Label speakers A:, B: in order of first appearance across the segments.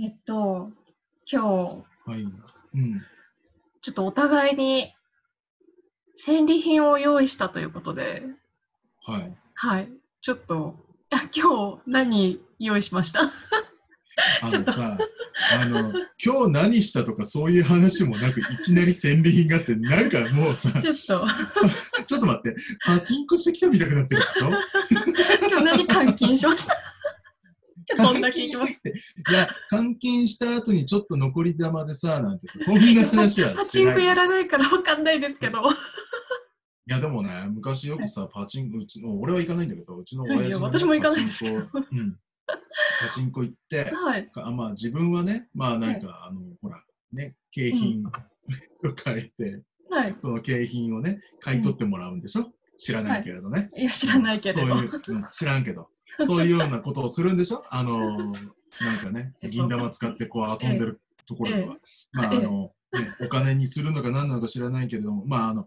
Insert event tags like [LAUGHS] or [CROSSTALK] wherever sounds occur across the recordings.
A: えっと、今日、
B: はい。うん。
A: ちょっとお互いに戦利品を用意したということで、
B: はい。
A: はい、ちょっと、あ今日何用意しました [LAUGHS]
B: あ
A: ちょっ
B: の
A: と
B: さ、あの、今日何したとかそういう話もなく、いきなり戦利品があって、なんかもうさ、 [LAUGHS]
A: ちょっと、
B: ちょっと待って、パチンコしてきたみたくなってるでしょ
A: 今日何監禁しました [LAUGHS] 今日どんだけいきま
B: して
A: す
B: きて。いや、監禁した後にちょっと残り玉でさ、なんてさ、そんな話
A: [LAUGHS]
B: は
A: パ
B: して
A: チ
B: な
A: ン
B: い。
A: コや
B: い
A: らないからわかんないですけど、
B: や、でもね、昔よくさ、パチンコ、うちの、俺は行かないんだけど、うちの親
A: いや
B: 父がね
A: 私も行かないですけど
B: パチンコうん。パチンコ行って、
A: はい、
B: あまあ自分はね、まあなんか、あの、ほら、ね、景品を変えて、
A: はい、
B: その景品をね、買い取ってもらうんでしょ、知らないけれどね。
A: いや、知らないけれど、
B: そういう、うん知らんけど。そういうようなことをするんでしょあの、なんかね、
A: えっと
B: 銀玉使ってこう遊んでるところでは。まあ、あ
A: ええ
B: の、ね、お金にするのか何なのか知らないけれども、まあ、あの、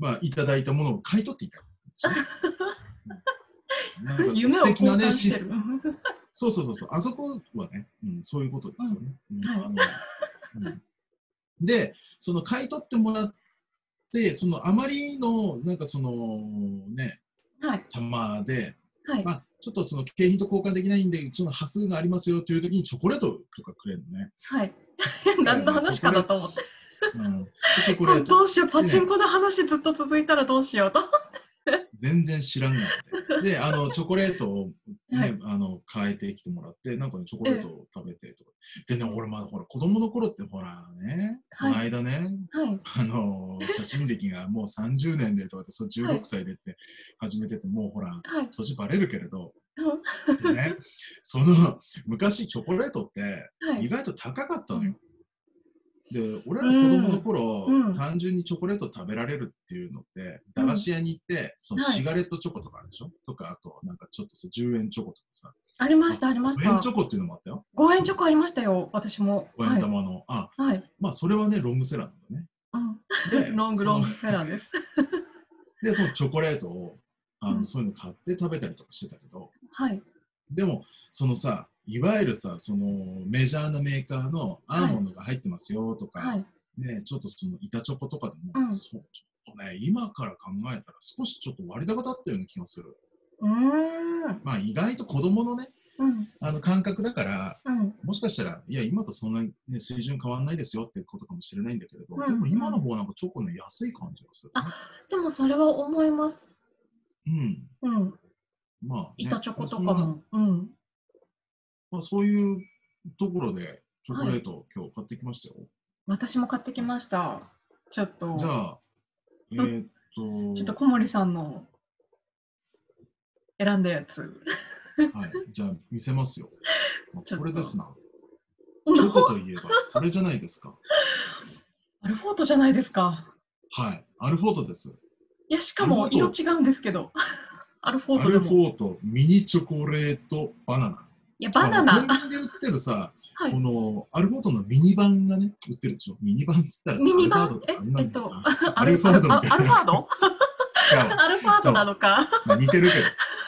B: まあ、いただいたものを買い取っていた。
A: [LAUGHS]
B: うんなんか
A: 夢
B: 素
A: を
B: 敵
A: 交
B: な
A: 換
B: ね、シ
A: し
B: ス
A: てる。
B: そうそうそうそう、あそこはね、うん、そういうことですよね。うん
A: はい
B: あのうんで、その買い取ってもらって、そのあまりの、なんかそのね、
A: はい、
B: 玉で、
A: はい、
B: まあ、ちょっとその景品と交換できないんで、その端数がありますよという時にチョコレートとかくれるのね。
A: はい。 [LAUGHS] 何の話かなと思って。
B: うん、でチョコレ
A: これ
B: ー
A: ど
B: ト、
A: うしよう、パチンコの話ずっと続いたらどうしようと。
B: 全然知らんがって。で、あの、チョコレートをね、
A: はい
B: あの、変えてきてもらって、なんかね、チョコレートを食べてとか。でね、俺まだほら、子供の頃ってほらね、
A: はい
B: この間ね、
A: はい、
B: あのー写真歴がもう30年でとかってそう
A: はい
B: 16歳でって始めてて、もうほら
A: はい。
B: 年バレるけれど、ね、その昔チョコレートって
A: は
B: 意
A: い、
B: 外と高かったのよ。で俺ら子供の頃、
A: うんうん
B: 単純にチョコレート食べられるっていうのって駄菓子屋に行ってその
A: はい
B: シガレットチョコとかあるでしょ、とかあとなんかちょっとさ10円チョコとかさ
A: ありました、ありまし
B: 5円
A: た
B: チ。ョコっていうのもあったよ
A: 五円チョコありましたよ、私も。
B: 5円玉の、あ
A: はい。はい。
B: まあそれはねロングセラーなん
A: [LAUGHS]
B: だね。
A: う
B: で
A: ん。ロング
B: その
A: ロングセラーです。
B: で、そのチョコレートを、あの
A: うん
B: そういうの買って食べたりとかしてたけど、
A: はい。
B: でも、そのさ、いわゆるさ、そのメジャーなメーカーのアーモンドが入ってますよとか、
A: はい。
B: ね、ちょっとその板チョコとかでも、
A: うん
B: そうちょっとね、今から考えたら少しちょっと割高だったような気がする。
A: うーん。
B: まあ意外と子供のね、
A: うん。
B: あの感覚だから、
A: うん。
B: もしかしたら、いや、今とそんなに、ね、水準変わらないですよっていうことかもしれないんだけれど、
A: うん
B: でも今の方なんかチョコの安い感じがする、ね。
A: でもそれは思います。
B: うん。
A: うん。
B: まあ、ね
A: 板チョコとか
B: そんな
A: も。うん。
B: まあ、そういうところでチョコレートを今日買ってきましたよ。
A: 私も買ってきました。ちょっと。
B: じゃあ、え
A: ど
B: ーっと、
A: ちょっと小森さんの選んだやつ。
B: はい、じゃあ見せますよ。まあ
A: ちょっと
B: これですな。チョコといえばこれじゃないですか。
A: アルフォートじゃないですか。
B: はい、アルフォートです。
A: いや、しかも
B: アルフォ
A: 色
B: ー
A: 違うんですけど。アルフォー
B: ア
A: トで
B: ルフ
A: も。い
B: ォートミニチョコレートバナナ。
A: や、バナナ
B: あの。コンビニで売ってるさ、
A: はい
B: このアルフォートのミニ版がね、売ってるでしょ。ミニ版っつったらさ、
A: ミニ版
B: アルファードとか
A: え
B: あんな
A: えっと
B: のアルファー
A: アルファー
B: ドみたいな。
A: ド
B: [LAUGHS] いや
A: アルファートなのか、
B: まあ似てるけど。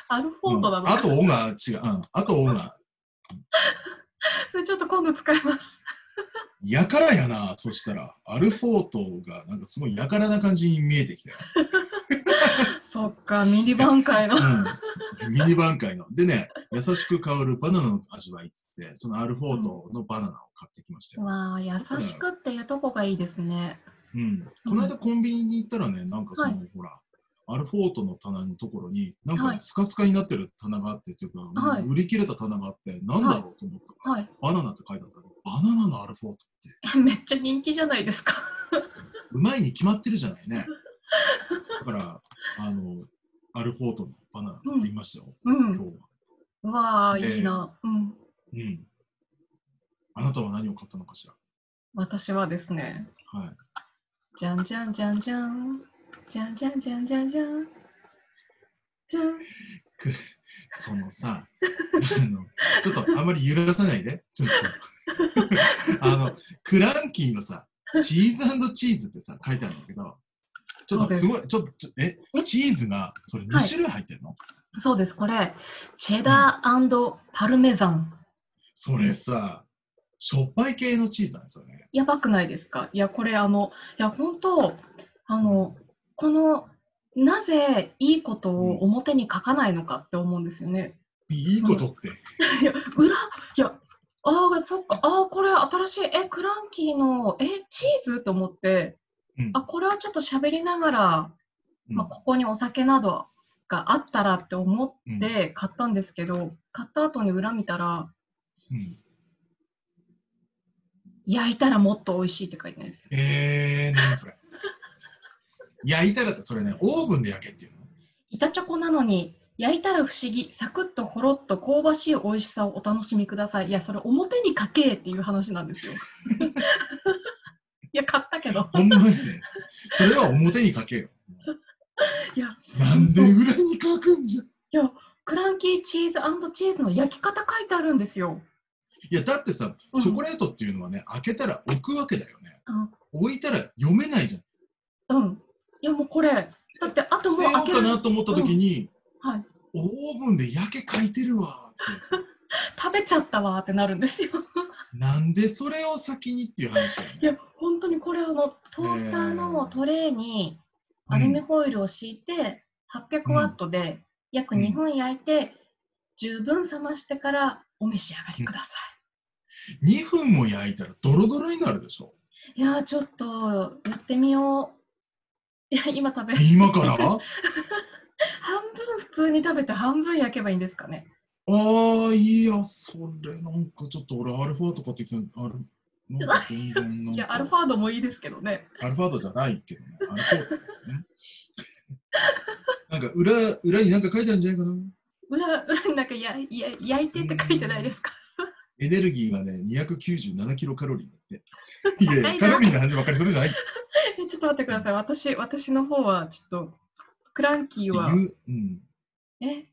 A: アルフォートなの
B: うんあ
A: か。
B: と、オが違う。うん、あと、オが
A: それちょっと今度使います。
B: やからやな、そしたら、アルフォートがなんかすごいやからな感じに見えてきたよ。
A: そっか、ミニ版会
B: [LAUGHS]
A: の。
B: うん、ミニ版界の。でね、優しく香るバナナの味わいっつって、そのアルフォートのバナナを買ってきましたよ。
A: わあ、優しくっていうとこがいいですね。
B: うん、この間コンビニに行ったらね、なんかその、ほら、アルフォートの棚のところに、なんか
A: は
B: ね
A: い
B: スカスカになってる棚があって、というか、
A: はい
B: 売り切れた棚があって、なんだろうと思ったから、
A: はい。
B: バナナって書いてあったけど、バナナのアルフォートって、
A: えめっちゃ人気じゃないですか。
B: [LAUGHS] うまいに決まってるじゃないね。だから、あの、アルフォートのバナナ買ってきましたよ、
A: う
B: 今
A: ん。
B: 日は。
A: うわあ、
B: で
A: いいな。うん。
B: うん。あなたは何を買ったのかしら。
A: 私はですね、
B: はい。
A: じゃんじゃんじゃんじゃん。じゃんじゃんじゃんじゃんじゃん。じゃん。
B: そのさ、あの、ちょっとあんまり揺らさないで、ちょっと。 [LAUGHS] あの、クランキーのさ、チーズチーズってさ、書いてあるんだけど、ちょっとすごい、ちょっと、ちょえ、
A: え
B: チーズが、それ2
A: はい
B: 種類入ってるの、
A: そうです、これ、チェダーパルメザン。
B: それさ、しょっぱい系のチーズなんですよね。
A: やばくないですかいや、これあの、いや、本当あの、この、なぜいいことを表に書かないのかって思うんですよね。
B: いいことって。
A: いや、裏、いや、ああ、そっか、ああ、これ新しい、え、クランキーの、え、チーズと思って、
B: うん
A: あ、これはちょっと喋りながら、
B: うん
A: まあ、ここにお酒などがあったらって思っ
B: うん
A: て買ったんですけど、買った後に裏見たら、
B: うん
A: 焼いたらもっと美味しいって書いてないですよ。
B: えー、何それ。焼いたらって、それね、オーブンで焼けっていうの
A: 板チョコなのに、焼いたら不思議、サクッとほろっと香ばしい美味しさをお楽しみください。いや、それ表に書けっていう話なんですよ。 [LAUGHS] いや、買ったけど。
B: ほんまにね、それは表にかけよ。
A: いや、
B: なんで裏に書くんじゃ。
A: クランキーチーズチーズの焼き方書いてあるんですよ。
B: いや、だってさ、
A: うん
B: チョコレートっていうのはね、開けたら置くわけだよね。
A: うん
B: 置いたら読めないじゃん。
A: うん。いやもうこれ、だってあと
B: 捨
A: もう
B: てよ
A: 開
B: う
A: け
B: か
A: る。
B: なと思った時に、
A: はい。
B: オーブンで焼け書いてるわーってさ。
A: 食べちゃったわーってなるんですよ。
B: なんでそれを先にっていう話だよ
A: い
B: ね。
A: や、本当にこれあの、トースターのトレーにアルミホイルを敷いて、800ワットで約
B: うん
A: 2分焼いて、十分冷ましてからお召し上がりくださ
B: 2分も焼いたらドロドロになるでしょ。
A: い。いやー、ちょっとやってみよう。いや、今食べる。
B: 今からあ
A: 半分普通に食べて半分焼けばいいんですかね。
B: あ、いや、それなんかちょっと俺アルファとかって言ってたのある。なんか全然なんか。
A: いや、アルファードもいいですけどね。
B: アルファードじゃないけどね。アルファードだよね。 [LAUGHS] なんか裏、裏になんか書いてあるんじゃないかな。
A: 裏裏になんかやや焼いてって書いてないですか、
B: エネルギーがね、297キロカロリー
A: [LAUGHS]
B: だって。いやい
A: 高い
B: や、
A: な
B: カロリーの話ばっかりするじゃないって
A: えちょっと待ってください。私、私の方はちょっと、クランキーは、
B: いう。うん。
A: え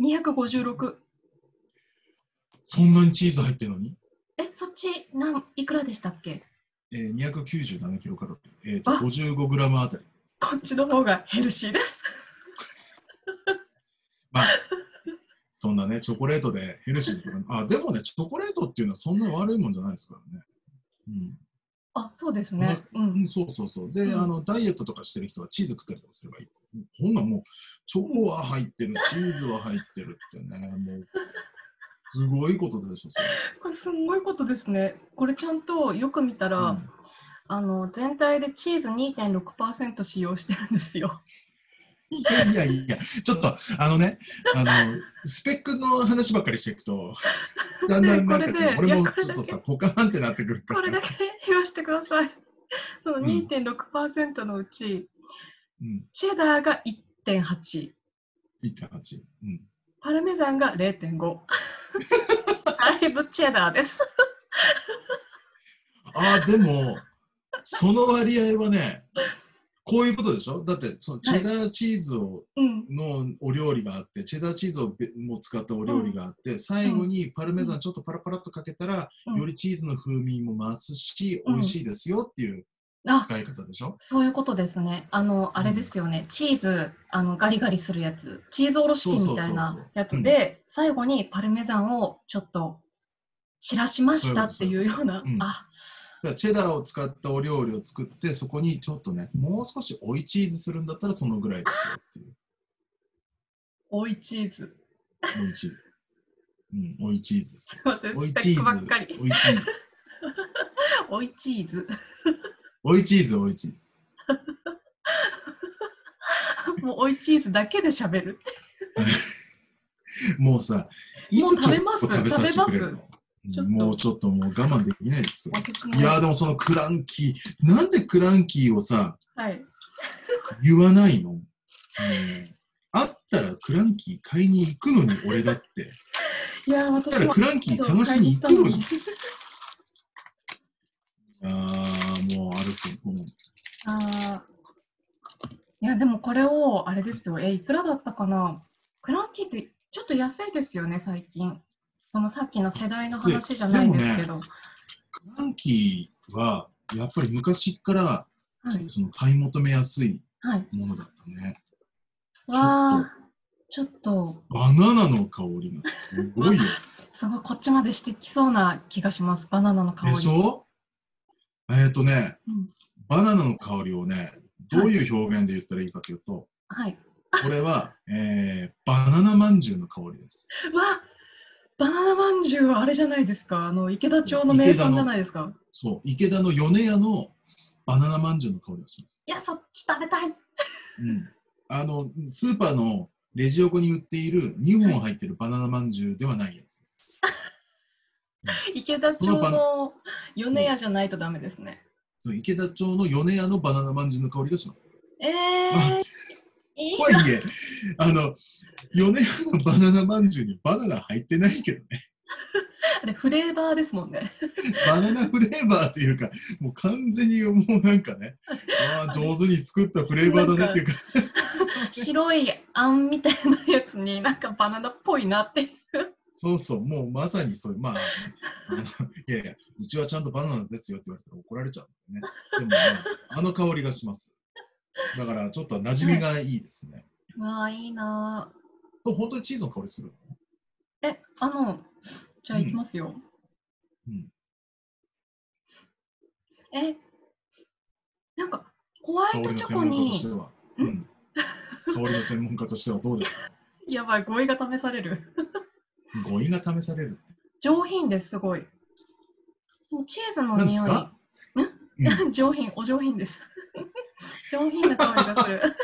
A: ?256。
B: そんなにチーズ入ってるのに、
A: え、そっち、なん、いくらでしたっけ
B: えー、297キロカロリー。えっ、と、
A: あ
B: 55グラムあたり。
A: こっちの方がヘルシーです。
B: まあ、そんなね、チョコレートでヘルシーとか。あ、でもね、チョコレートっていうのはそんな悪いもんじゃないですからね。うん。
A: あ、そうですね。う。
B: うんん、そうそうそう。で、
A: うん
B: あの、ダイエットとかしてる人はチーズ食ったりとかすればいい。こんなんもう、チョコは入ってる、チーズは入ってるってね、もう、すごいことでしょ、それ。
A: これ、すんごいことですね。これ、ちゃんとよく見たら、
B: うん
A: あの、全体でチーズ2.6%使用してるんですよ。
B: いやいやいや、ちょっと、あのね、あの、スペックの話ばっかりしていくと、だんだんなんか
A: これ
B: ね、
A: ね
B: 俺
A: い
B: も
A: やこれ
B: ちょっとさ、ポカーンってなってくるか
A: これ
B: ら
A: だ。け言わしてください。その
B: うん
A: 2.6%のうち、
B: うん、
A: チェダーが1.8。
B: 1.8。うん。
A: パルメザンが0.5。だいぶチェダーです。
B: ああ、でも、その割合はね、こういうことでしょだって、そのチェダーチーズを
A: うん。
B: のお料理があって、チェダーチーズをべも使ったお料理があって、最後にパルメザンちょっとパラパラっとかけたら、
A: うん
B: よりチーズの風味も増すし、
A: うん
B: 美味しいですよっていう
A: あ、
B: 使い方でしょ。
A: そういうことですね。あの、あれですよね。チーズ、あの、ガリガリするやつ。チーズおろし器みたい
B: そうそうそうそう
A: なやつで、最後にパルメザンをちょっと散らしましたっていうような
B: そういうことそういうこ。とうん
A: あ、
B: だからチェダーを使ったお料理を作って、そこにちょっとね、もう少し追いチーズするんだったらそのぐらいですよっていう。
A: 多いチーズ。
B: 追いチーズ。うん、追いチーズですよ。
A: すいません。
B: 追い
A: スペ
B: チ
A: ッ
B: ー
A: クばっ
B: ズ
A: かり。。
B: 追いチーズ。
A: 多いチーズ。 [LAUGHS]
B: 追いチーズ、追いチーズ。
A: もう多いチーズだけで喋る。
B: もうさ、い
A: もう
B: つ
A: 食
B: ち
A: べ
B: ょ
A: ます
B: っと食べさせてくれるの
A: ちょっと
B: もうちょっともう我慢できないですよ。
A: 私も。
B: いやーでもそのクランキー、なんでクランキーをさ、
A: はい。
B: 言わないの、うんあったらクランキー買いに行くのに俺だって。
A: いや、
B: あった
A: 私
B: ら
A: も
B: ク。ランキー探しに行くのに。ああ、もうあると思う。
A: あーいやでもこれをあれですよえいくらだったかなクランキーってちょっと安いですよね最近そのさっきの世代の話じゃないんですけど、
B: クランキーはやっぱり昔から
A: はい
B: その買い求めやすい
A: はい
B: ものだったね。
A: わあちょっと
B: バナナの香りがすごいよ。
A: すごいこっちまでしてきそうな気がします、バナナの香り。
B: でしょえっ、とね、
A: うん
B: バナナの香りをね、どういう表現で言ったらいいかというと、
A: はい。
B: これは、えー、バナナまんじゅうの香りです。
A: うわバナナまんじゅうはあれじゃないですか、あの池田町の名
B: 池田
A: 産
B: の
A: じゃないですか。
B: そう、池田の米屋のバナナまんじゅうの香りがします。
A: いや、そっち食べたい。
B: うん。あの、スーパーのレジ横に売っている2本入ってるバナナまんじゅうではないやつです。
A: 池田町
B: そのバナ
A: の米屋じゃないとダメですね。
B: そう、池田町の米屋のバナナまんじゅうの香りがします。
A: えー、いい
B: とはい [LAUGHS] え、あの、米屋のバナナまんじゅうにバナナ入ってないけどね、
A: あれフレーバーですもんね。
B: バナナフレーバーっていうか、もう完全にもうなんかね、ああ、上手に作ったフレーバーだねっていうか、
A: 白いあんみたいなやつになんかバナナっぽいなって。
B: そうそう、もうまさにそういう、まあ、 [LAUGHS] あのいやいや、うちはちゃんとバナナですよって言われたら怒られちゃうんだよね。でも、ね、あの香りがします。だから、ちょっと馴染みがいいですね。
A: うわあ、いいな
B: と、本当にチーズの香りする
A: ー。え、あの、じゃあ行きますよ。
B: うん
A: え、なんかホワ
B: 香
A: イ
B: り
A: ト
B: の
A: チョ
B: 専
A: コ
B: 門家
A: に
B: としては。うん。香りの専門家としてはどうですか
A: やばい、語彙が試される。
B: 語彙が試される。
A: 上品です、すごい。もうチーズの
B: 何で
A: 匂
B: す
A: い。
B: か
A: いや [LAUGHS] 上品、お上品
B: [LAUGHS]
A: です。上品な香りがする。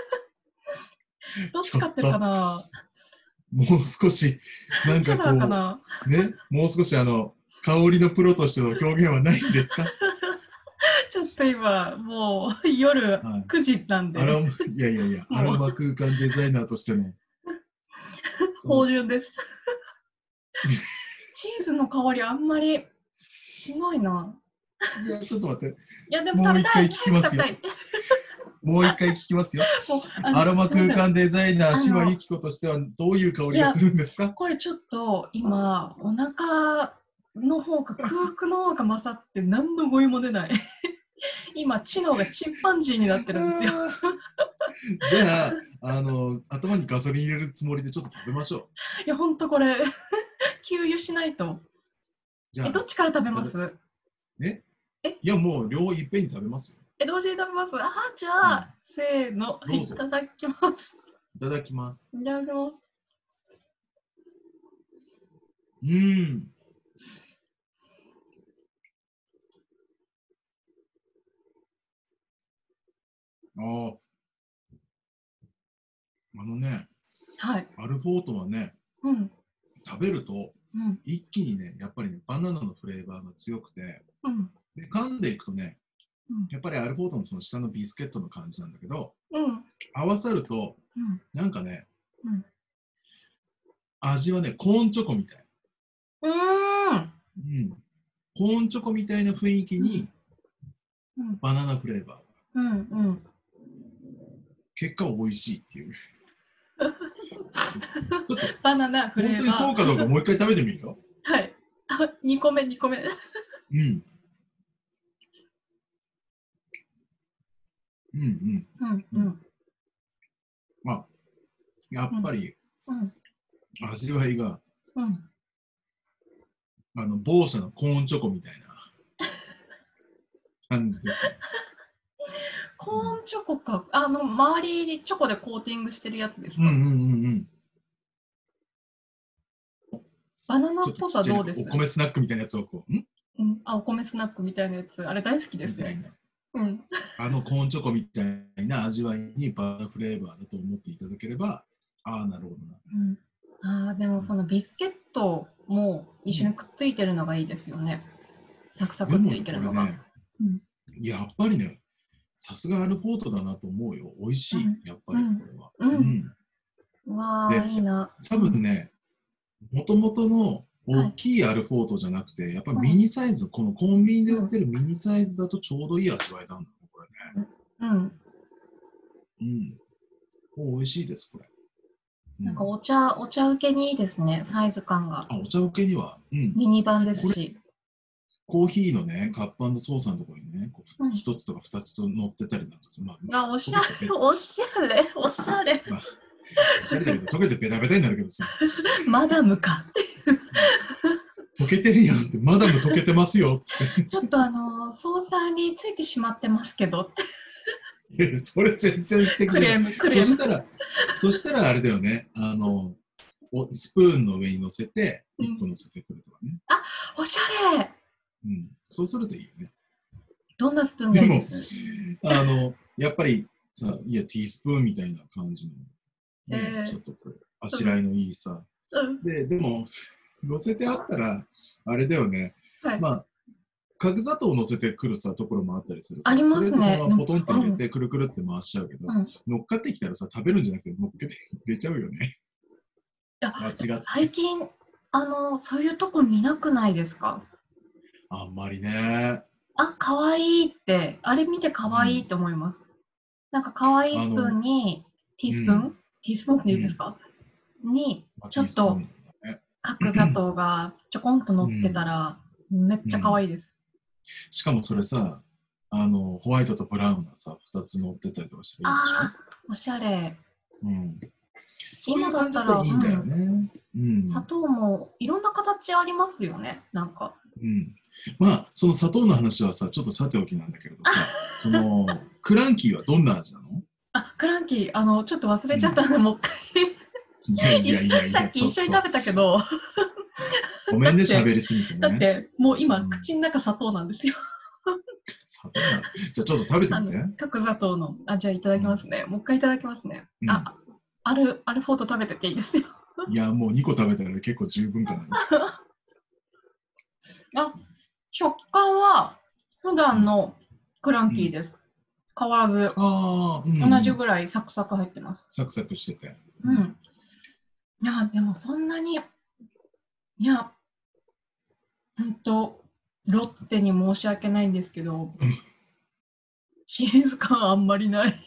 A: [LAUGHS] どっちかってるかな
B: もう少し、なん
A: ど
B: か
A: っちなのか
B: こ
A: な [LAUGHS]
B: う、ね、もう少しあの、香りのプロとしての表現はないんですか
A: ちょっと今、もう夜
B: はい
A: 9時なんで、
B: アロマ、いやいやいや、
A: もう
B: アロマ空間デザイナーとし
A: [LAUGHS]
B: ての。
A: 芳
B: う
A: 醇です。チーズの香りあんまりしないな。
B: いや、ちょっと待って、
A: いや、でも食べたい。
B: もう一回聞きますよ
A: 早く食べ
B: もう一回聞きますよ。
A: たいもうあの
B: アロマ空間デザイナー、
A: すいません
B: 島
A: あの
B: 由紀子としてはどういう香りがするんですか
A: これちょっと今、お腹の方が空腹の方が勝って何の語彙も出ない。 [LAUGHS] 今、知能がチンパンジーになってるんですよ。
B: あーじゃあ、あの、頭にガソリン入れるつもりでちょっと食べましょう。
A: いや、ほんとこれ、 [LAUGHS] 給油しないと。
B: じゃ
A: え、どっ
B: あ、
A: ちから食べます
B: いや、もう両方いっぺんに食べますよ。
A: え、同時に食べますあー、じゃあ、せーの、
B: どう
A: い
B: ぞ
A: ただきます。
B: いただきます。
A: いただきます。
B: うん。ああ。あのね、
A: はい。
B: アルフォートはね、
A: うん。
B: 食べると
A: うん。
B: 一気にね、やっぱりね、バナナのフレーバーが強くて、
A: うん。
B: で噛んでいくとね
A: うん、
B: やっぱりアルフォートのその下のビスケットの感じなんだけど、
A: うん。
B: 合わさると、
A: うん。
B: なんかね、
A: うん
B: 味はね、コーンチョコみたい。
A: うーん。
B: うん、コーンチョコみたいな雰囲気に
A: うん
B: バナナフレーバー
A: うん。うん。
B: 結果美味しいっていうちょっと
A: バナナ、フレー
B: 本
A: バー。
B: 当にそうかどうかもう一回食べてみるよ、
A: はい。 [LAUGHS] あ、2個目、2個目。
B: うん、うんうん
A: うん。うん。
B: まあやっぱり
A: うん。
B: 味わいが
A: うん。
B: あの某社のコーンチョコみたいな感じですよ
A: コーンチョコか、あの周りにチョコでコーティングしてるやつです
B: う
A: か。
B: んうんうんうん
A: バナナっ
B: ちょっ
A: ぽ
B: とち
A: さ
B: っちゃい
A: どうん
B: なか
A: です
B: お米スナックみたいなやつをこう「ん?
A: うん、あ、お米スナックみたいなやつ、あれ大好き」で
B: み
A: す
B: たい
A: ね。
B: な
A: うん、
B: あのコーンチョコみたいな味わいにバーナーフレーバーだと思っていただければ、ああ、なるほどな。
A: うん、あーでもそのビスケットも一緒にくっついてるのがいいですよね。サクサク
B: で
A: っ
B: も
A: て
B: ね、
A: い
B: こ
A: け
B: れ
A: るのが。
B: ね
A: うん、
B: やっぱりね、さすがアルフォートだなと思うよ。美味しい
A: うん、
B: やっぱり
A: うん
B: これは。
A: うんうわあ、
B: で
A: いいな。
B: 多分ね、もともとの大きいアルフォートじゃなくて、やっぱミニサイズ、このコンビニで売ってるミニサイズだとちょうどいい味わいなんだね、これね。
A: うん、
B: うん。これ美味しいです、これ。う
A: なんかお茶、お茶受けにいいですね、サイズ感が。
B: あお茶受けには、うん、
A: ミニ版ですし。
B: コーヒーのね、カップソーサーのところにね、こう
A: うん
B: 一、つとか二つと乗ってたりなんかする。ま
A: あ、おしゃ
B: 溶け
A: れ、
B: て
A: [LAUGHS] おしゃれ、おしゃれ。
B: まあ、
A: [LAUGHS]
B: おしゃれだけど、溶けてベタベタになるけどさ。
A: マダムか。
B: 溶けてるやんって、マダム溶けてますよっつっ
A: ちょっとあの、ソーサーについてしまってますけどって
B: て。いやそれ全然素敵
A: ク
B: じゃな
A: レーム、
B: い
A: ク
B: そ
A: レー
B: し
A: ム。
B: たら、そしたらあれだよね、あの、おスプーンの上に乗せて、
A: うん
B: 1個乗せてくるとかね。
A: おしゃれ
B: うん。そうするといいよね。
A: どんなスプーンがいい
B: で
A: です
B: あの、やっぱりさ、いや、ティースプーンみたいな感じの、ね
A: ええ
B: ちょっとこう、あしらいのいいさ。
A: うん
B: で、でも、乗せてあったら、あれだよね、
A: はい
B: まあ、角砂糖を乗せてくるさ、ところもあったりするから。
A: ありますね
B: それでそのままポトンって入れて、くるくるって回しちゃうけど、
A: うん
B: 乗っかってきたらさ、食べるんじゃなくて、乗っけて入れちゃうよね。
A: や
B: 間違って。
A: 最近、あの、そういうとこ見なくないですか
B: あんまりね。
A: あ、可愛いって、あれ見て可愛いって思います。なんか可愛いスプーンに、ティースプーン、
B: う
A: ティースプーンって言うんですか、に、
B: まあ
A: ちょっと。角砂糖
B: [CLEARS THROAT]
A: がちょこんと乗ってたら、めっちゃ可愛いです。
B: しかもそれさ、あの、ホワイトとブラウンがさ、2つ乗ってたりとかしてるでしょ
A: ああ、おしゃれ。
B: うんそういう感じだといいんだよね。うん
A: 砂糖もいろんな形ありますよね、なんか。
B: うん、まあその砂糖の話はさちょっとさておきなんだけれどさそのクランキーはどんな味なの
A: [LAUGHS] あ、クランキー、あの、ちょっと忘れちゃったので、もう一
B: いやい
A: 回、
B: やいやい
A: さ
B: や
A: っ
B: ち
A: き
B: ょっ
A: 一緒に食
B: と
A: べたけど、
B: ごめん
A: だ
B: ね
A: って
B: 喋りすぎて
A: だっ
B: ね
A: て、もう今
B: う、ん
A: 口の中砂糖なんですよ。
B: 砂糖なのじゃあちょっと食べて
A: あ
B: み
A: の
B: て
A: 角砂糖の。あ、じゃあいただきますね。もう一回いただきますね。
B: うん
A: あ、アル、アルフォート食べてていい [LAUGHS] ですよ。
B: いやもう2個食べたら結構十分かな
A: 食感は、普段のクランキーです。変わらず、
B: ああ、うん、
A: 同じぐらいサクサク入ってます。
B: サクサクしてて
A: うん。いや、でもそんなに、いや、ほんと、ロッテに申し訳ないんですけど
B: うん、
A: シリーズ感あんまりない。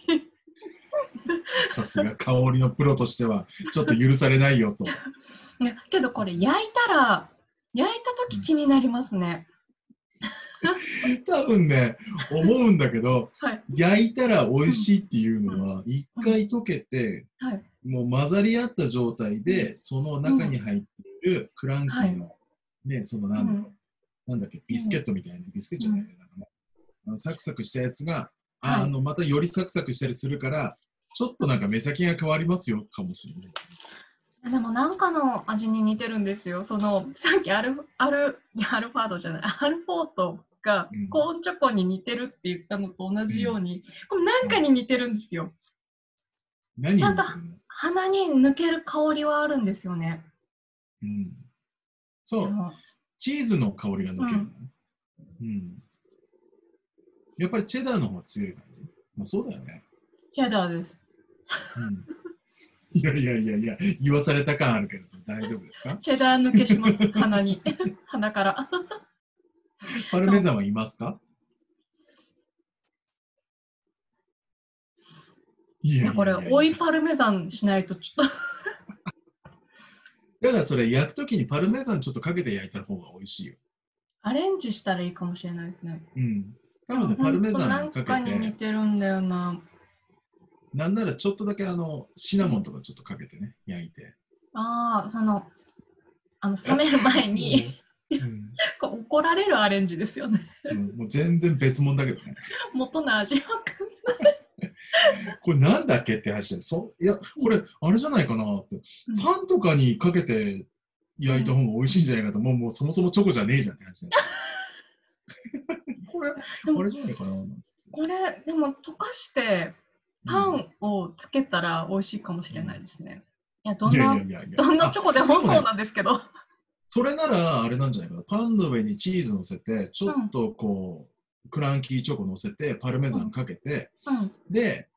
B: さすが香りのプロとしてはちょっと許されないよと
A: いやけどこれ焼いたら、焼いた時気になりますね。
B: 多分ね思うんだけど
A: はい。
B: 焼いたら美味しいっていうのは一回溶けて
A: はい。
B: もう混ざり合った状態で、その中に入っているクランキーの、ね、そのなんだろう、なんだっけ、ビスケットみたいな、ビスケットじゃないね、なんかね、あのサクサクしたやつが、あ
A: はい
B: あの、またよりサクサクしたりするから、ちょっとなんか目先が変わりますよ、かもしれない。
A: うんでもなんかの味に似てるんですよ。そのさっきアルアルいやアルファードじゃないアルフォートが
B: うん
A: コーンチョコに似てるって言ったのと同じように、これなんかに似てるんですよ。
B: 何
A: ちゃんと
B: 言ってるの
A: 鼻に抜ける香りはあるんですよね。
B: うん。そ
A: で
B: う、
A: も
B: チーズの香りが抜けるの。うん。やっぱりチェダーの方が強い感じ。まあそうだよね。
A: チェダーです。
B: うん。 [LAUGHS] いやいやいやいや、言わされた感あるけど、大丈夫です [LAUGHS] か
A: チェダー抜けし
B: [LAUGHS]
A: ます。鼻に [LAUGHS] 鼻から。
B: パルメザンはいますかいや
A: い
B: いや
A: やこれ追いパルメザンしないとちょっと。
B: だからそれ焼くときにパルメザンちょっとかけて焼いた方が美味しいよ。
A: アレンジしたらいいかもしれないですね。
B: うん。多分ね、パルメザン
A: ほんとな
B: か
A: ん
B: け
A: かに似
B: て、
A: てるんだよな。
B: なんならちょっとだけあの、シナモンとかちょっとかけてね、焼いて。
A: ああ、その、あの冷める前に
B: うん
A: こう怒られるアレンジですよね。 [LAUGHS]
B: うんもう全然別物だけどね。 [LAUGHS]
A: 元の味わかんない
B: これなんだっけって話で、そういや、これあれじゃないかなって
A: うん。
B: パンとかにかけて焼いた方が美味しいんじゃないかと、もうもうそもそもチョコじゃねえじゃんって話で。これ、あれじゃないかななんつって。
A: これ、でも溶かしてパンをつけたら美味しいかもしれないですね。いや、ど
B: い
A: ん
B: やい
A: な
B: やいやいや。
A: どんな
B: あ
A: チョコでもそうなんですけど。
B: それならあれなんじゃないかな。パンの上にチーズ乗せて、ちょっとこう、クランキーチョコ乗せて、パルメザンかけて、
A: うん。
B: で、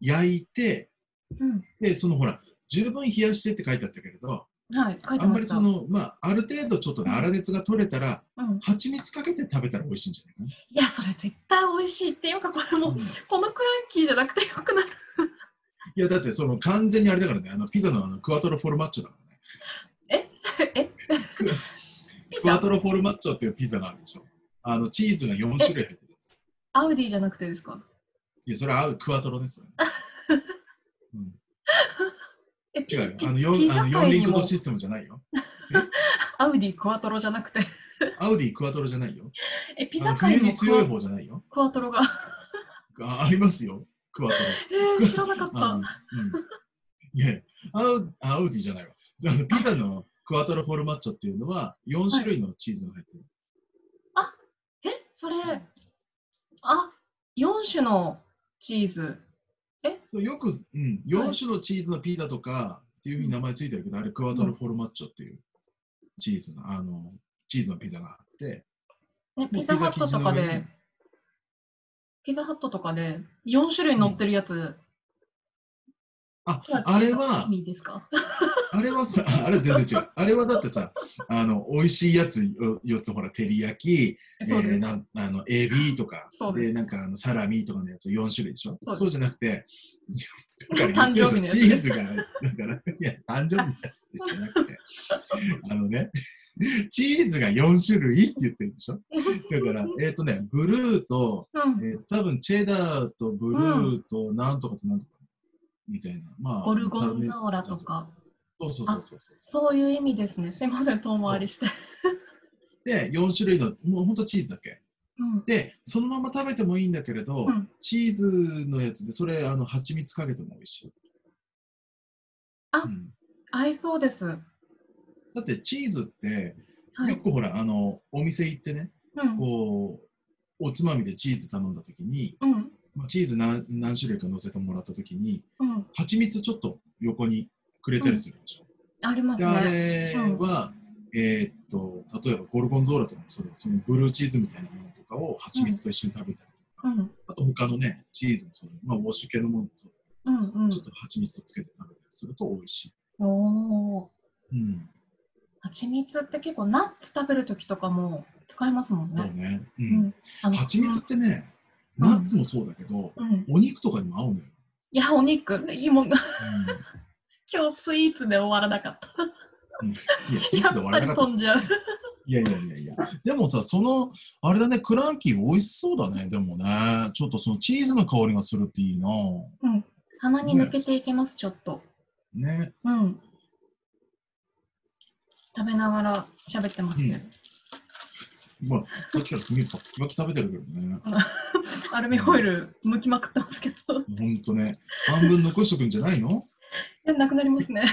B: 焼いて、
A: うん。
B: で、そのほら、十分冷やしてって書いてあったけれど、
A: はい、書いて
B: あん
A: ま
B: まり
A: した。
B: その、まあ、ある程度ちょっとね、粗熱が取れたら、
A: うん、
B: 蜂蜜かけて食べたら美味しいんじゃないかな。
A: いや、それ絶対美味しいっていうか、これも、
B: うん
A: このクランキーじゃなくてよくなる。
B: いや、だってその完全にあれだからね、あのピザのあのクワトロフォルマッチョだからね。
A: えピ
B: クワ
A: ザ
B: トロフォルマッチョっていうピザがあるでしょ。あのチーズが4種類入ってるやつ。
A: アウディじゃなくてですか
B: いや、それは合うクワトロですよ、ね。うん、
A: え
B: 違うよ。あの
A: ピ
B: 4あ
A: ザ
B: の
A: 界
B: 四輪
A: に
B: 駆
A: も
B: 動システムじゃないよ。
A: アウディクワトロじゃなくて。
B: アウディクワトロじゃないよ。
A: え、ピ
B: あ
A: ザ
B: の
A: 界
B: 冬
A: の
B: に
A: ク
B: 強い
A: ワ
B: 方じゃないよ。
A: クワトロが。
B: あありますよ、クワト
A: えー、知らなかっ
B: ロ。あの
A: た
B: うん。、いやアウアウディじゃないわ。あのピザのクワトロフォルマッチョっていうのは4種類のチーズが入ってる。
A: え、それ、あ、4種のチーズ。
B: そうよく、うん、4種のチーズのピザとかっていうふうに名前ついてるけど、あれクワトロフォルマッチョっていうチーズの、あの、チーズのピザがあって、
A: ね、
B: もう
A: ピザハットとか
B: ピザ生地の上
A: で
B: に、
A: ピザハットとかで4種類乗ってるやつ。
B: あ
A: は、
B: あれは、
A: いいですか
B: あれはさ、あれ全然違う。あれはだってさ、あの、美味しいやつ4つ、ほら、照り焼き、え
A: そうで
B: ー
A: す。
B: なんあのエビとか
A: そうです
B: で、なんかあのサラミとかのやつ4種類でしょ
A: そうです
B: そうじゃなくて、だから言ってるでしょ
A: [LAUGHS] 誕生日のやつ
B: チーズが、だから、いや、誕生日のやつでしょじゃなくて、あのね、チーズが4種類って言ってるでしょだ
A: [LAUGHS]
B: から、えっ、とね、ブルーと、
A: う
B: え
A: ん。
B: ー多分チェダーとブルーと、なんとかとなんとか、みたいな。まあ、
A: ゴルゴンゾーラとか、
B: そうそうそうそうそう。
A: そういう意味ですね。すいません、遠回りして。
B: で、4種類の、もうほんとチーズだけ。
A: うん。
B: で、そのまま食べてもいいんだけれど、
A: うん
B: チーズのやつで、それ、あの、蜂蜜かけても美味しい。
A: あ
B: うん
A: 合いそうです。は
B: だって、チーズって、よ
A: い。
B: くほら、あの、お店行ってね、
A: うん。
B: こう、おつまみでチーズ頼んだときに、
A: うん。
B: まあ、チーズ何何種類か乗せてもらったときに、
A: うん。
B: 蜂蜜ちょっと横にくれたりするでしょ。
A: あります
B: で、
A: ね。
B: あれは、えーっと、例えばゴルゴンゾーラとかもそうだしそのブルーチーズみたいなものとかを蜂蜜と一緒に食べたりとか、
A: うん。
B: あと他のね、チーズもそうだまあ、ウォッシュ系のものもそう
A: うん。うん
B: だちょっと蜂蜜をつけて食べたりすると美味しい。。
A: おー。
B: うん。
A: 蜂蜜って結構ナッツ食べるときとかも使いますもん
B: そう
A: ね。
B: ね。う。。
A: うんあの
B: 蜂蜜っ。てね、
A: うん
B: ナッツもそうだけど、
A: うん。
B: お肉とかにも合うのよ。
A: いや、お肉、いいもんが。 [LAUGHS] 今日スイーツで終わらなかった。
B: うん、うんいや、スイー
A: や
B: ツで終
A: っ
B: わ
A: ぱ
B: らな
A: り
B: かった。
A: 飛んじゃう。
B: いやいやいやいや。でもさ、その、あれだね、クランキー美味しそうだね。でもね、ちょっとそのチーズの香りがするっていいな
A: うん。鼻に抜けていきます、ちょっと。
B: ね。
A: うん。食べながら喋ってますね。
B: まあ、さっきからすげえバッキバキ食べてるけどね。
A: アルミホイル剥きまくってますけど、 [LAUGHS]
B: ほんとね。半分残しとくんじゃないの
A: えなくなりますね。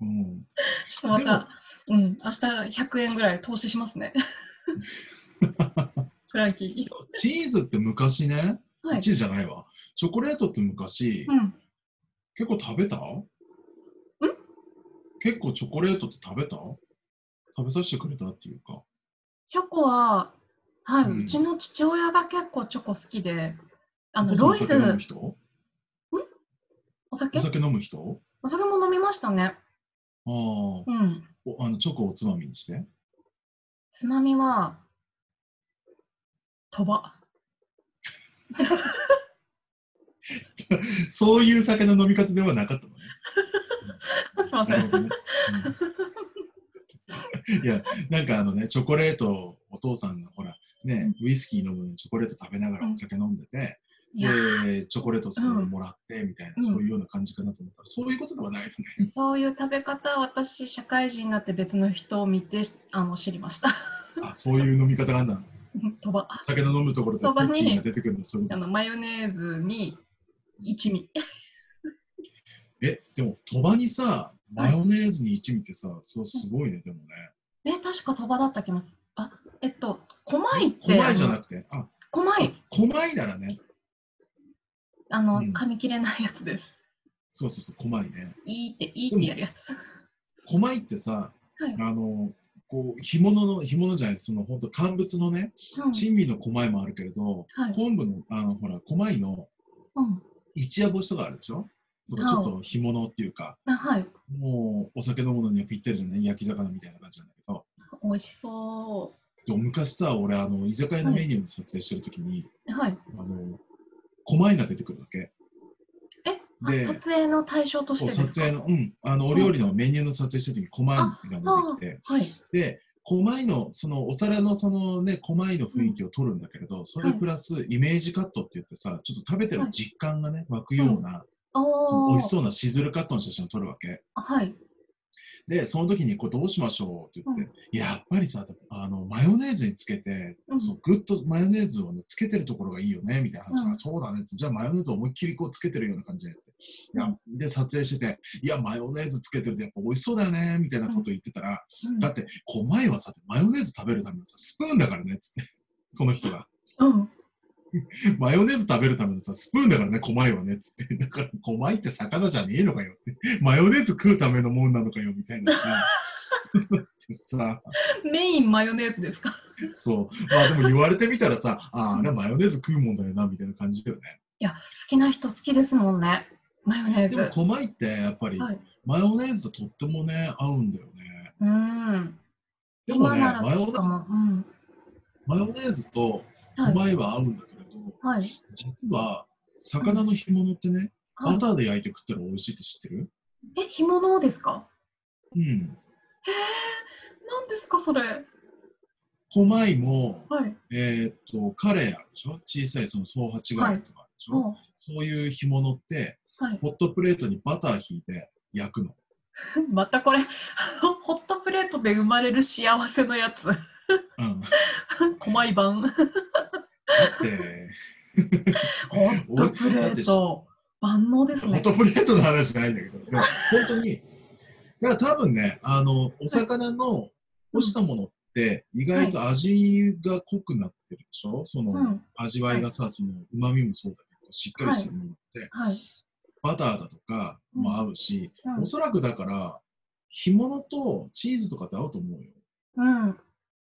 B: うん。
A: ちょっとまた、うん、明日100円ぐらい投資します
B: [LAUGHS]
A: ね。フランキー。
B: チーズって昔ね、
A: はい。
B: チーズじゃないわ。チョコレートって昔、
A: うん。
B: 結構食べたん結構チョコレートって食べた食べさせてくれたっていうか。
A: チョコは、はい、
B: うん
A: うちの父親が結構チョコ好きで、あの、
B: お父
A: ロイ
B: さんお酒飲む
A: ズ、
B: 人
A: お酒
B: お酒飲む人
A: お酒も飲みましたね。
B: ああ、お
A: うん。
B: あのチョコをおつまみにして。 [LAUGHS]
A: つまみは、と
B: [LAUGHS]
A: ば。
B: そういう酒の飲み方ではなかったのね。
A: すいませ
B: なるほ
A: ん。
B: どね。
A: [LAUGHS]
B: うんいや、なんかあのね、チョコレートをお父さんがほら、ね、ウイスキー飲むのにチョコレート食べながらお酒飲んでて、
A: いや、
B: で、チョコレートそれをもらってみたいな、
A: うん
B: そういうような感じかなと思ったら、そういうことではないのね。
A: そういう食べ方、私、社会人になって別の人を見て、あの、知りました。 [LAUGHS]
B: あ、そういう飲み方があんだ。
A: とば。
B: お酒の飲むところでク
A: そばに
B: ッキーが出てくるの、そういうこ
A: あ
B: と。
A: の、マヨネーズに一味。
B: え、でも、鳥羽にさ、マヨネーズに一味ってさ、そうすごいね、でもね。
A: え、確かとばだった気がすあ、えっと、こまいって、
B: 狛江じゃなくて、あ、
A: こまい、
B: 狛江ならね、
A: あの、
B: うん
A: 噛み切れないやつです。
B: そうそうそう、狛江ね。
A: いいって、いいってやるやつ。
B: 狛江ってさ、
A: はい
B: あのこう干物の干物じゃないその本当乾物のね
A: うん、
B: 珍味の狛江もあるけれど、
A: はい
B: 昆布のあのほら狛江の
A: うん、
B: 一夜干しとかあるでしょとか
A: はい
B: ちょっと干物っていうか、
A: あはい、
B: もうお酒飲むのにはぴったりじゃない焼き魚みたいな感じなんだけど
A: 美味しそ
B: でも昔さ俺あの居酒屋のメニューの撮影してる時に、
A: う。はい。
B: あの狛江が出てくるわけ
A: え、あ
B: で
A: 撮影の対象として
B: こう
A: ですか。
B: 撮影の,、うん、あのお料理のメニューの撮影した時に狛江が出てきて。
A: はい。
B: で、狛江の、そのお皿のそのね、狛江の雰囲気を取るんだけれど、それプラスイメージカットって言ってさ、ちょっと食べてる実感がね、湧くような、その
A: お
B: 美
A: お
B: 味し。そうなシズルカットの写真を撮るわけ。
A: はい。
B: で、その時にこれどうしましょうって言って、やっぱりさ、あの、マヨネーズにつけて、
A: うん
B: そうぐっとマヨネーズを、ね、つけてるところがいいよね、みたいな話が、
A: うん
B: そうだねって、じゃあマヨネーズを思いっきりこうつけてるような感じでやって、いやで、撮影してて、いや、マヨネーズつけてるとやっぱ美味しそうだよね、みたいなこと言ってたら、
A: うん
B: だって、こう前はさ、マヨネーズ食べるためのさ、スプーンだからね、つって。その人が。
A: うん
B: マヨネーズ食べるためのさ、スプーンだからね、狛江はね、つって。だから、狛江って魚じゃねえのかよって。マヨネーズ食うためのもんなのかよ、みたいなさ。
A: [LAUGHS]
B: ってさ、
A: メインマヨネーズですか
B: そう。まあでも言われてみたらさ、ああ、あれマヨネーズ食うもんだよな、みたいな感じだよね。
A: いや、好きな人好きですもんね。マヨネー
B: で
A: ズ。
B: も狛江って、やっぱり、
A: はい。
B: マヨネーズとってもね、合うんだよね。
A: うーん。
B: でも
A: 今
B: ね、
A: なら
B: マヨ
A: そう
B: ネ
A: かも。うん。
B: マヨネーズと
A: はい。
B: 狛江は合うんだけれど、
A: はい。
B: 実は、魚の干物ってね、
A: は
B: バ
A: い
B: ターで焼いて食ったら美味しいって知ってる
A: え、干物ですか
B: うん。
A: へえ、何ですかそれ。はい。
B: 狛江も、
A: はい。
B: えーっと、カレーあるでしょ小さいその総八ガレとかあるでしょ、そういう干物って、
A: はい。 [LAUGHS]
B: ホットプレートにバターひいて焼くの。
A: またこれ、 [LAUGHS] ホットプレートで生まれる幸せのやつ。 [LAUGHS]
B: うん。だ
A: 細い版。
B: って、
A: ホットプレート。万能
B: [LAUGHS]
A: です
B: ホ
A: ね
B: ッ。トプレートの話じゃないんだけど、でも本当に、だから多分ね、あの、お魚の干したものって意外と味が濃くなってるでしょそうの
A: ん。
B: 味わいがさ、その旨味もそうだけど、しっかりしてるものって、
A: はい。
B: バターだとかも合うし、
A: うん
B: おそらくだから、干物とチーズとかって合うと思うよ。
A: うん。
B: う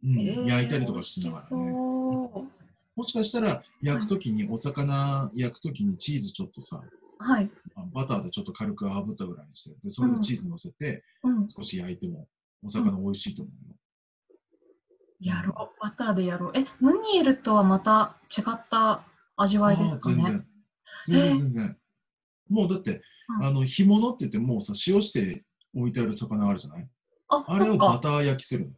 B: ん
A: えー
B: 焼いたりとかしながら
A: 美味し
B: ね。
A: そう
B: もしかしたら焼くときに、お魚焼くときにチーズちょっとさ、
A: はい。
B: あバターでちょっと軽く炙ったぐらいにして、でそれでチーズ乗せて、
A: うん。
B: 少し焼いても、お魚美味しいと思うよ。
A: やろう。バターでやろう。え、ムニエルとはまた違った味わいですか
B: あー全
A: ね。
B: 然。全然全然。もうだって、
A: うん
B: あの、干物って言ってもうさ、塩して置いてある魚あるじゃない
A: あ、
B: あれ
A: そ
B: を
A: っ
B: バ
A: か。
B: ター焼きするの。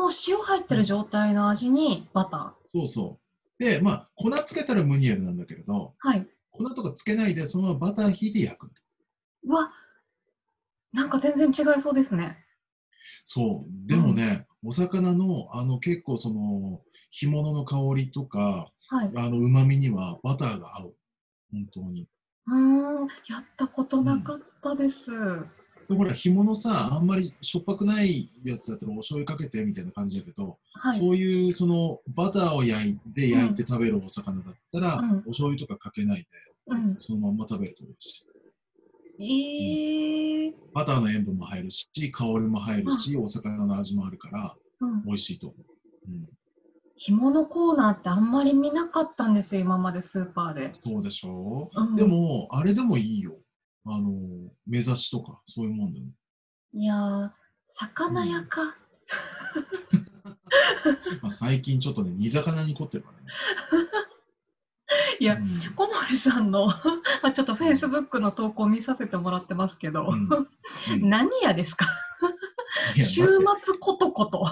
A: もう塩入ってる状態の味にバター。
B: そうそう。で、まあ、粉つけたらムニエルなんだけれど、
A: はい。
B: 粉とかつけないで、そのままバター引いて焼く。
A: うわ、なんか全然違いそうですね。
B: そう、でもね、お魚のあの結構その干物の香りとか、
A: はい。う
B: あの旨味にはバターが合う。本当に。
A: ーん、やったことなかったです。
B: でほら、干物さ、あんまりしょっぱくないやつだったらお醤油かけてみたいな感じだけど、
A: はい。
B: そういうそのバターを焼いて焼いて食べるお魚だったら、
A: うん
B: お醤油とかかけないで、
A: うん。
B: そのまんま食べると美味しい。
A: えー。
B: バターの塩分も入るし、香りも入るし、お魚の味もあるから、
A: うん
B: 美味しいと思う。うん、
A: 干物コーナーってあんまり見なかったんですよ、今までスーパーで。
B: そうでしょう
A: うん
B: でも、あれでもいいよ。あの、目指しとか、そういうもんだよね。
A: いやー、魚屋か。
B: まあ、最近ちょっとね、煮魚に凝ってるからね。
A: [LAUGHS] いや
B: うん
A: 小森さんの [LAUGHS] まあちょっとフェイスブックの投稿見させてもらってますけど、
B: うんう
A: [LAUGHS]
B: ん
A: 何屋ですか
B: いや
A: 週
B: だって
A: 末ことこと。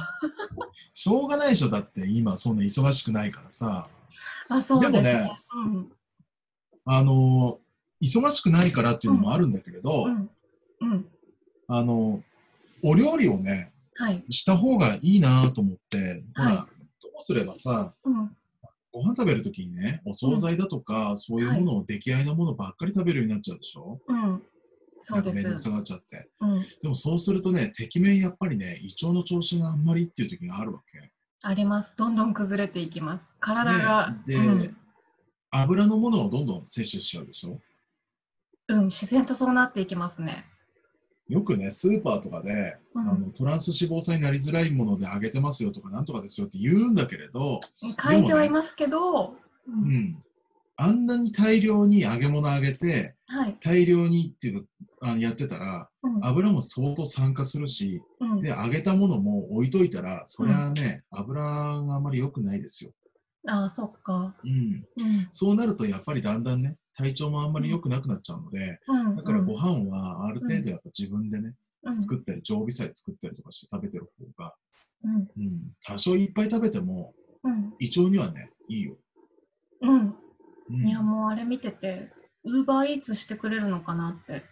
B: しょうがないでしょ、だって今、そんな忙しくないからさ。
A: あ、そうです
B: でも
A: ね。
B: ね
A: うん
B: あの、忙しくないからっていうのもあるんだけれど、
A: うん。うん。
B: あの、お料理をね、
A: はい。
B: した方がいいなと思って、ほら、
A: は
B: どうすればさ、
A: うん。
B: ご飯食べるときにね、お惣菜だとか、そういうものを出来合いのものばっかり食べるようになっちゃうでしょ
A: うん。そうで
B: なんか面倒く
A: す
B: さ。がっちゃって。
A: うん。
B: でもそうするとね、てきめんやっぱりね、胃腸の調子があんまりっていう時があるわけ。
A: あります。どんどん崩れていきます。体が、
B: ねで、
A: うん、
B: 油のものをどんどん摂取しちゃうでしょ。
A: うん、自然とそうなっていきますね。
B: よくね、スーパーとかで、
A: う
B: あのトランス脂肪酸になりづらいもので揚げてますよとか、なんとかですよって言うんだけれど、
A: ん。書いてはいますけど、う、
B: うんん、あんなに大量に揚げ物揚げて、
A: はい。
B: 大量にっていうか、あのやってたら、
A: うん。
B: 油も相当酸化するし、
A: うん
B: で、揚げたものも置いといたら、そりゃね、油があんまり良くないですよ。
A: ああ、そっか。
B: うん。
A: うん。
B: そうなるとやっぱりだんだんね、体調もあんまり良くなくなっちゃうので、
A: うん。
B: だからご飯はある程度やっぱ自分でね、
A: うん、
B: 作ったり、常備菜作ったりとかして食べてる方が、
A: うん。
B: うん、多少いっぱい食べても
A: うん。
B: 胃腸にはね、いいよ。
A: うん。
B: う
A: いや、
B: ん、
A: もうあれ見てて、ウーバーイーツしてくれるのかなって。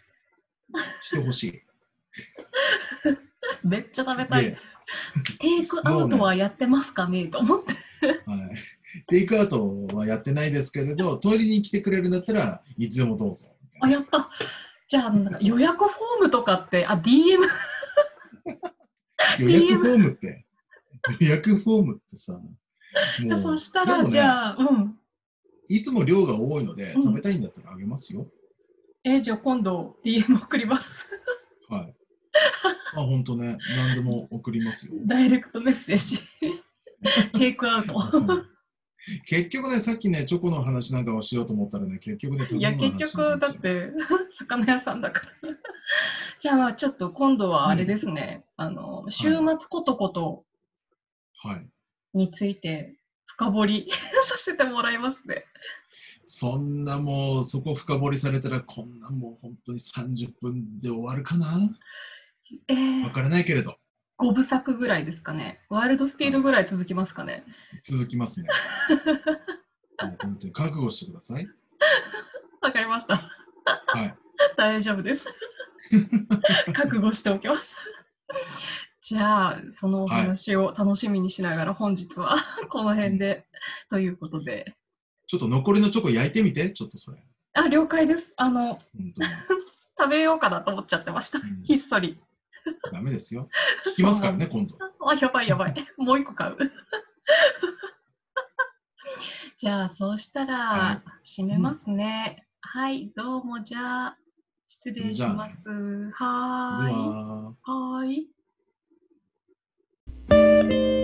B: してほしい。
A: めっちゃ食べたい。
B: で、
A: テイクアウトはやってますかねと思って。
B: はい、テイクアウトはやってないですけれど、トイレに来てくれるんだったらいつでもどうぞ。
A: あ、やった。じゃあ、なんか予約フォームとかって、あ、DM、
B: 予約フォームって、予約フォームってさ、も、
A: そうした
B: で
A: ら、
B: もね
A: じゃあ、うん。
B: いつも量が多いので、
A: うん
B: 食べたいんだったらあげますよ。
A: え、じゃあ今度 DM 送ります。
B: はい。あ、本当ね、何でも送りますよ。
A: ダイレクトメッセージ。 [LAUGHS] テイクアウト。
B: 結局ね、さっきね、チョコの話なんかをしようと思ったらね、結局ね、食べ
A: いや、
B: 物の話
A: 結
B: になっちゃう
A: 局、だって、魚屋さんだから。じゃあ、ちょっと今度はあれですね、あの、週末ことこと
B: はい。
A: について深掘り [LAUGHS] させてもらいますね。
B: そんなもう、そこ深掘りされたら、こんなもう本当に30分で終わるかな
A: え
B: わ
A: ー、
B: からないけれど、
A: 5部作ぐらいですかね。ワイルドスピードぐらい続きますかね。
B: 続きますね。もう本当に覚悟してください。
A: わかりました。
B: はい。
A: [LAUGHS] 大丈夫
B: [LAUGHS]
A: です。覚悟しておきます。じゃあ、そのお話を楽しみにしながら、本日は [LAUGHS] この辺で、ということで。
B: ちょっと残りのチョコ焼いてみて、ちょっとそれ。
A: あ、了解です。あの、
B: 本当に。
A: 食べようかなと思っちゃってました。
B: ん
A: ひっそり。
B: ダメですよ。聞きますからね、今度。
A: あ、やばいやばい。 [LAUGHS] もう一個買う。じゃあ、そうした
B: は
A: ら、閉めますね。はい、どうもじゃあ、失礼します。は
B: で
A: ーい。
B: は。
A: はーい。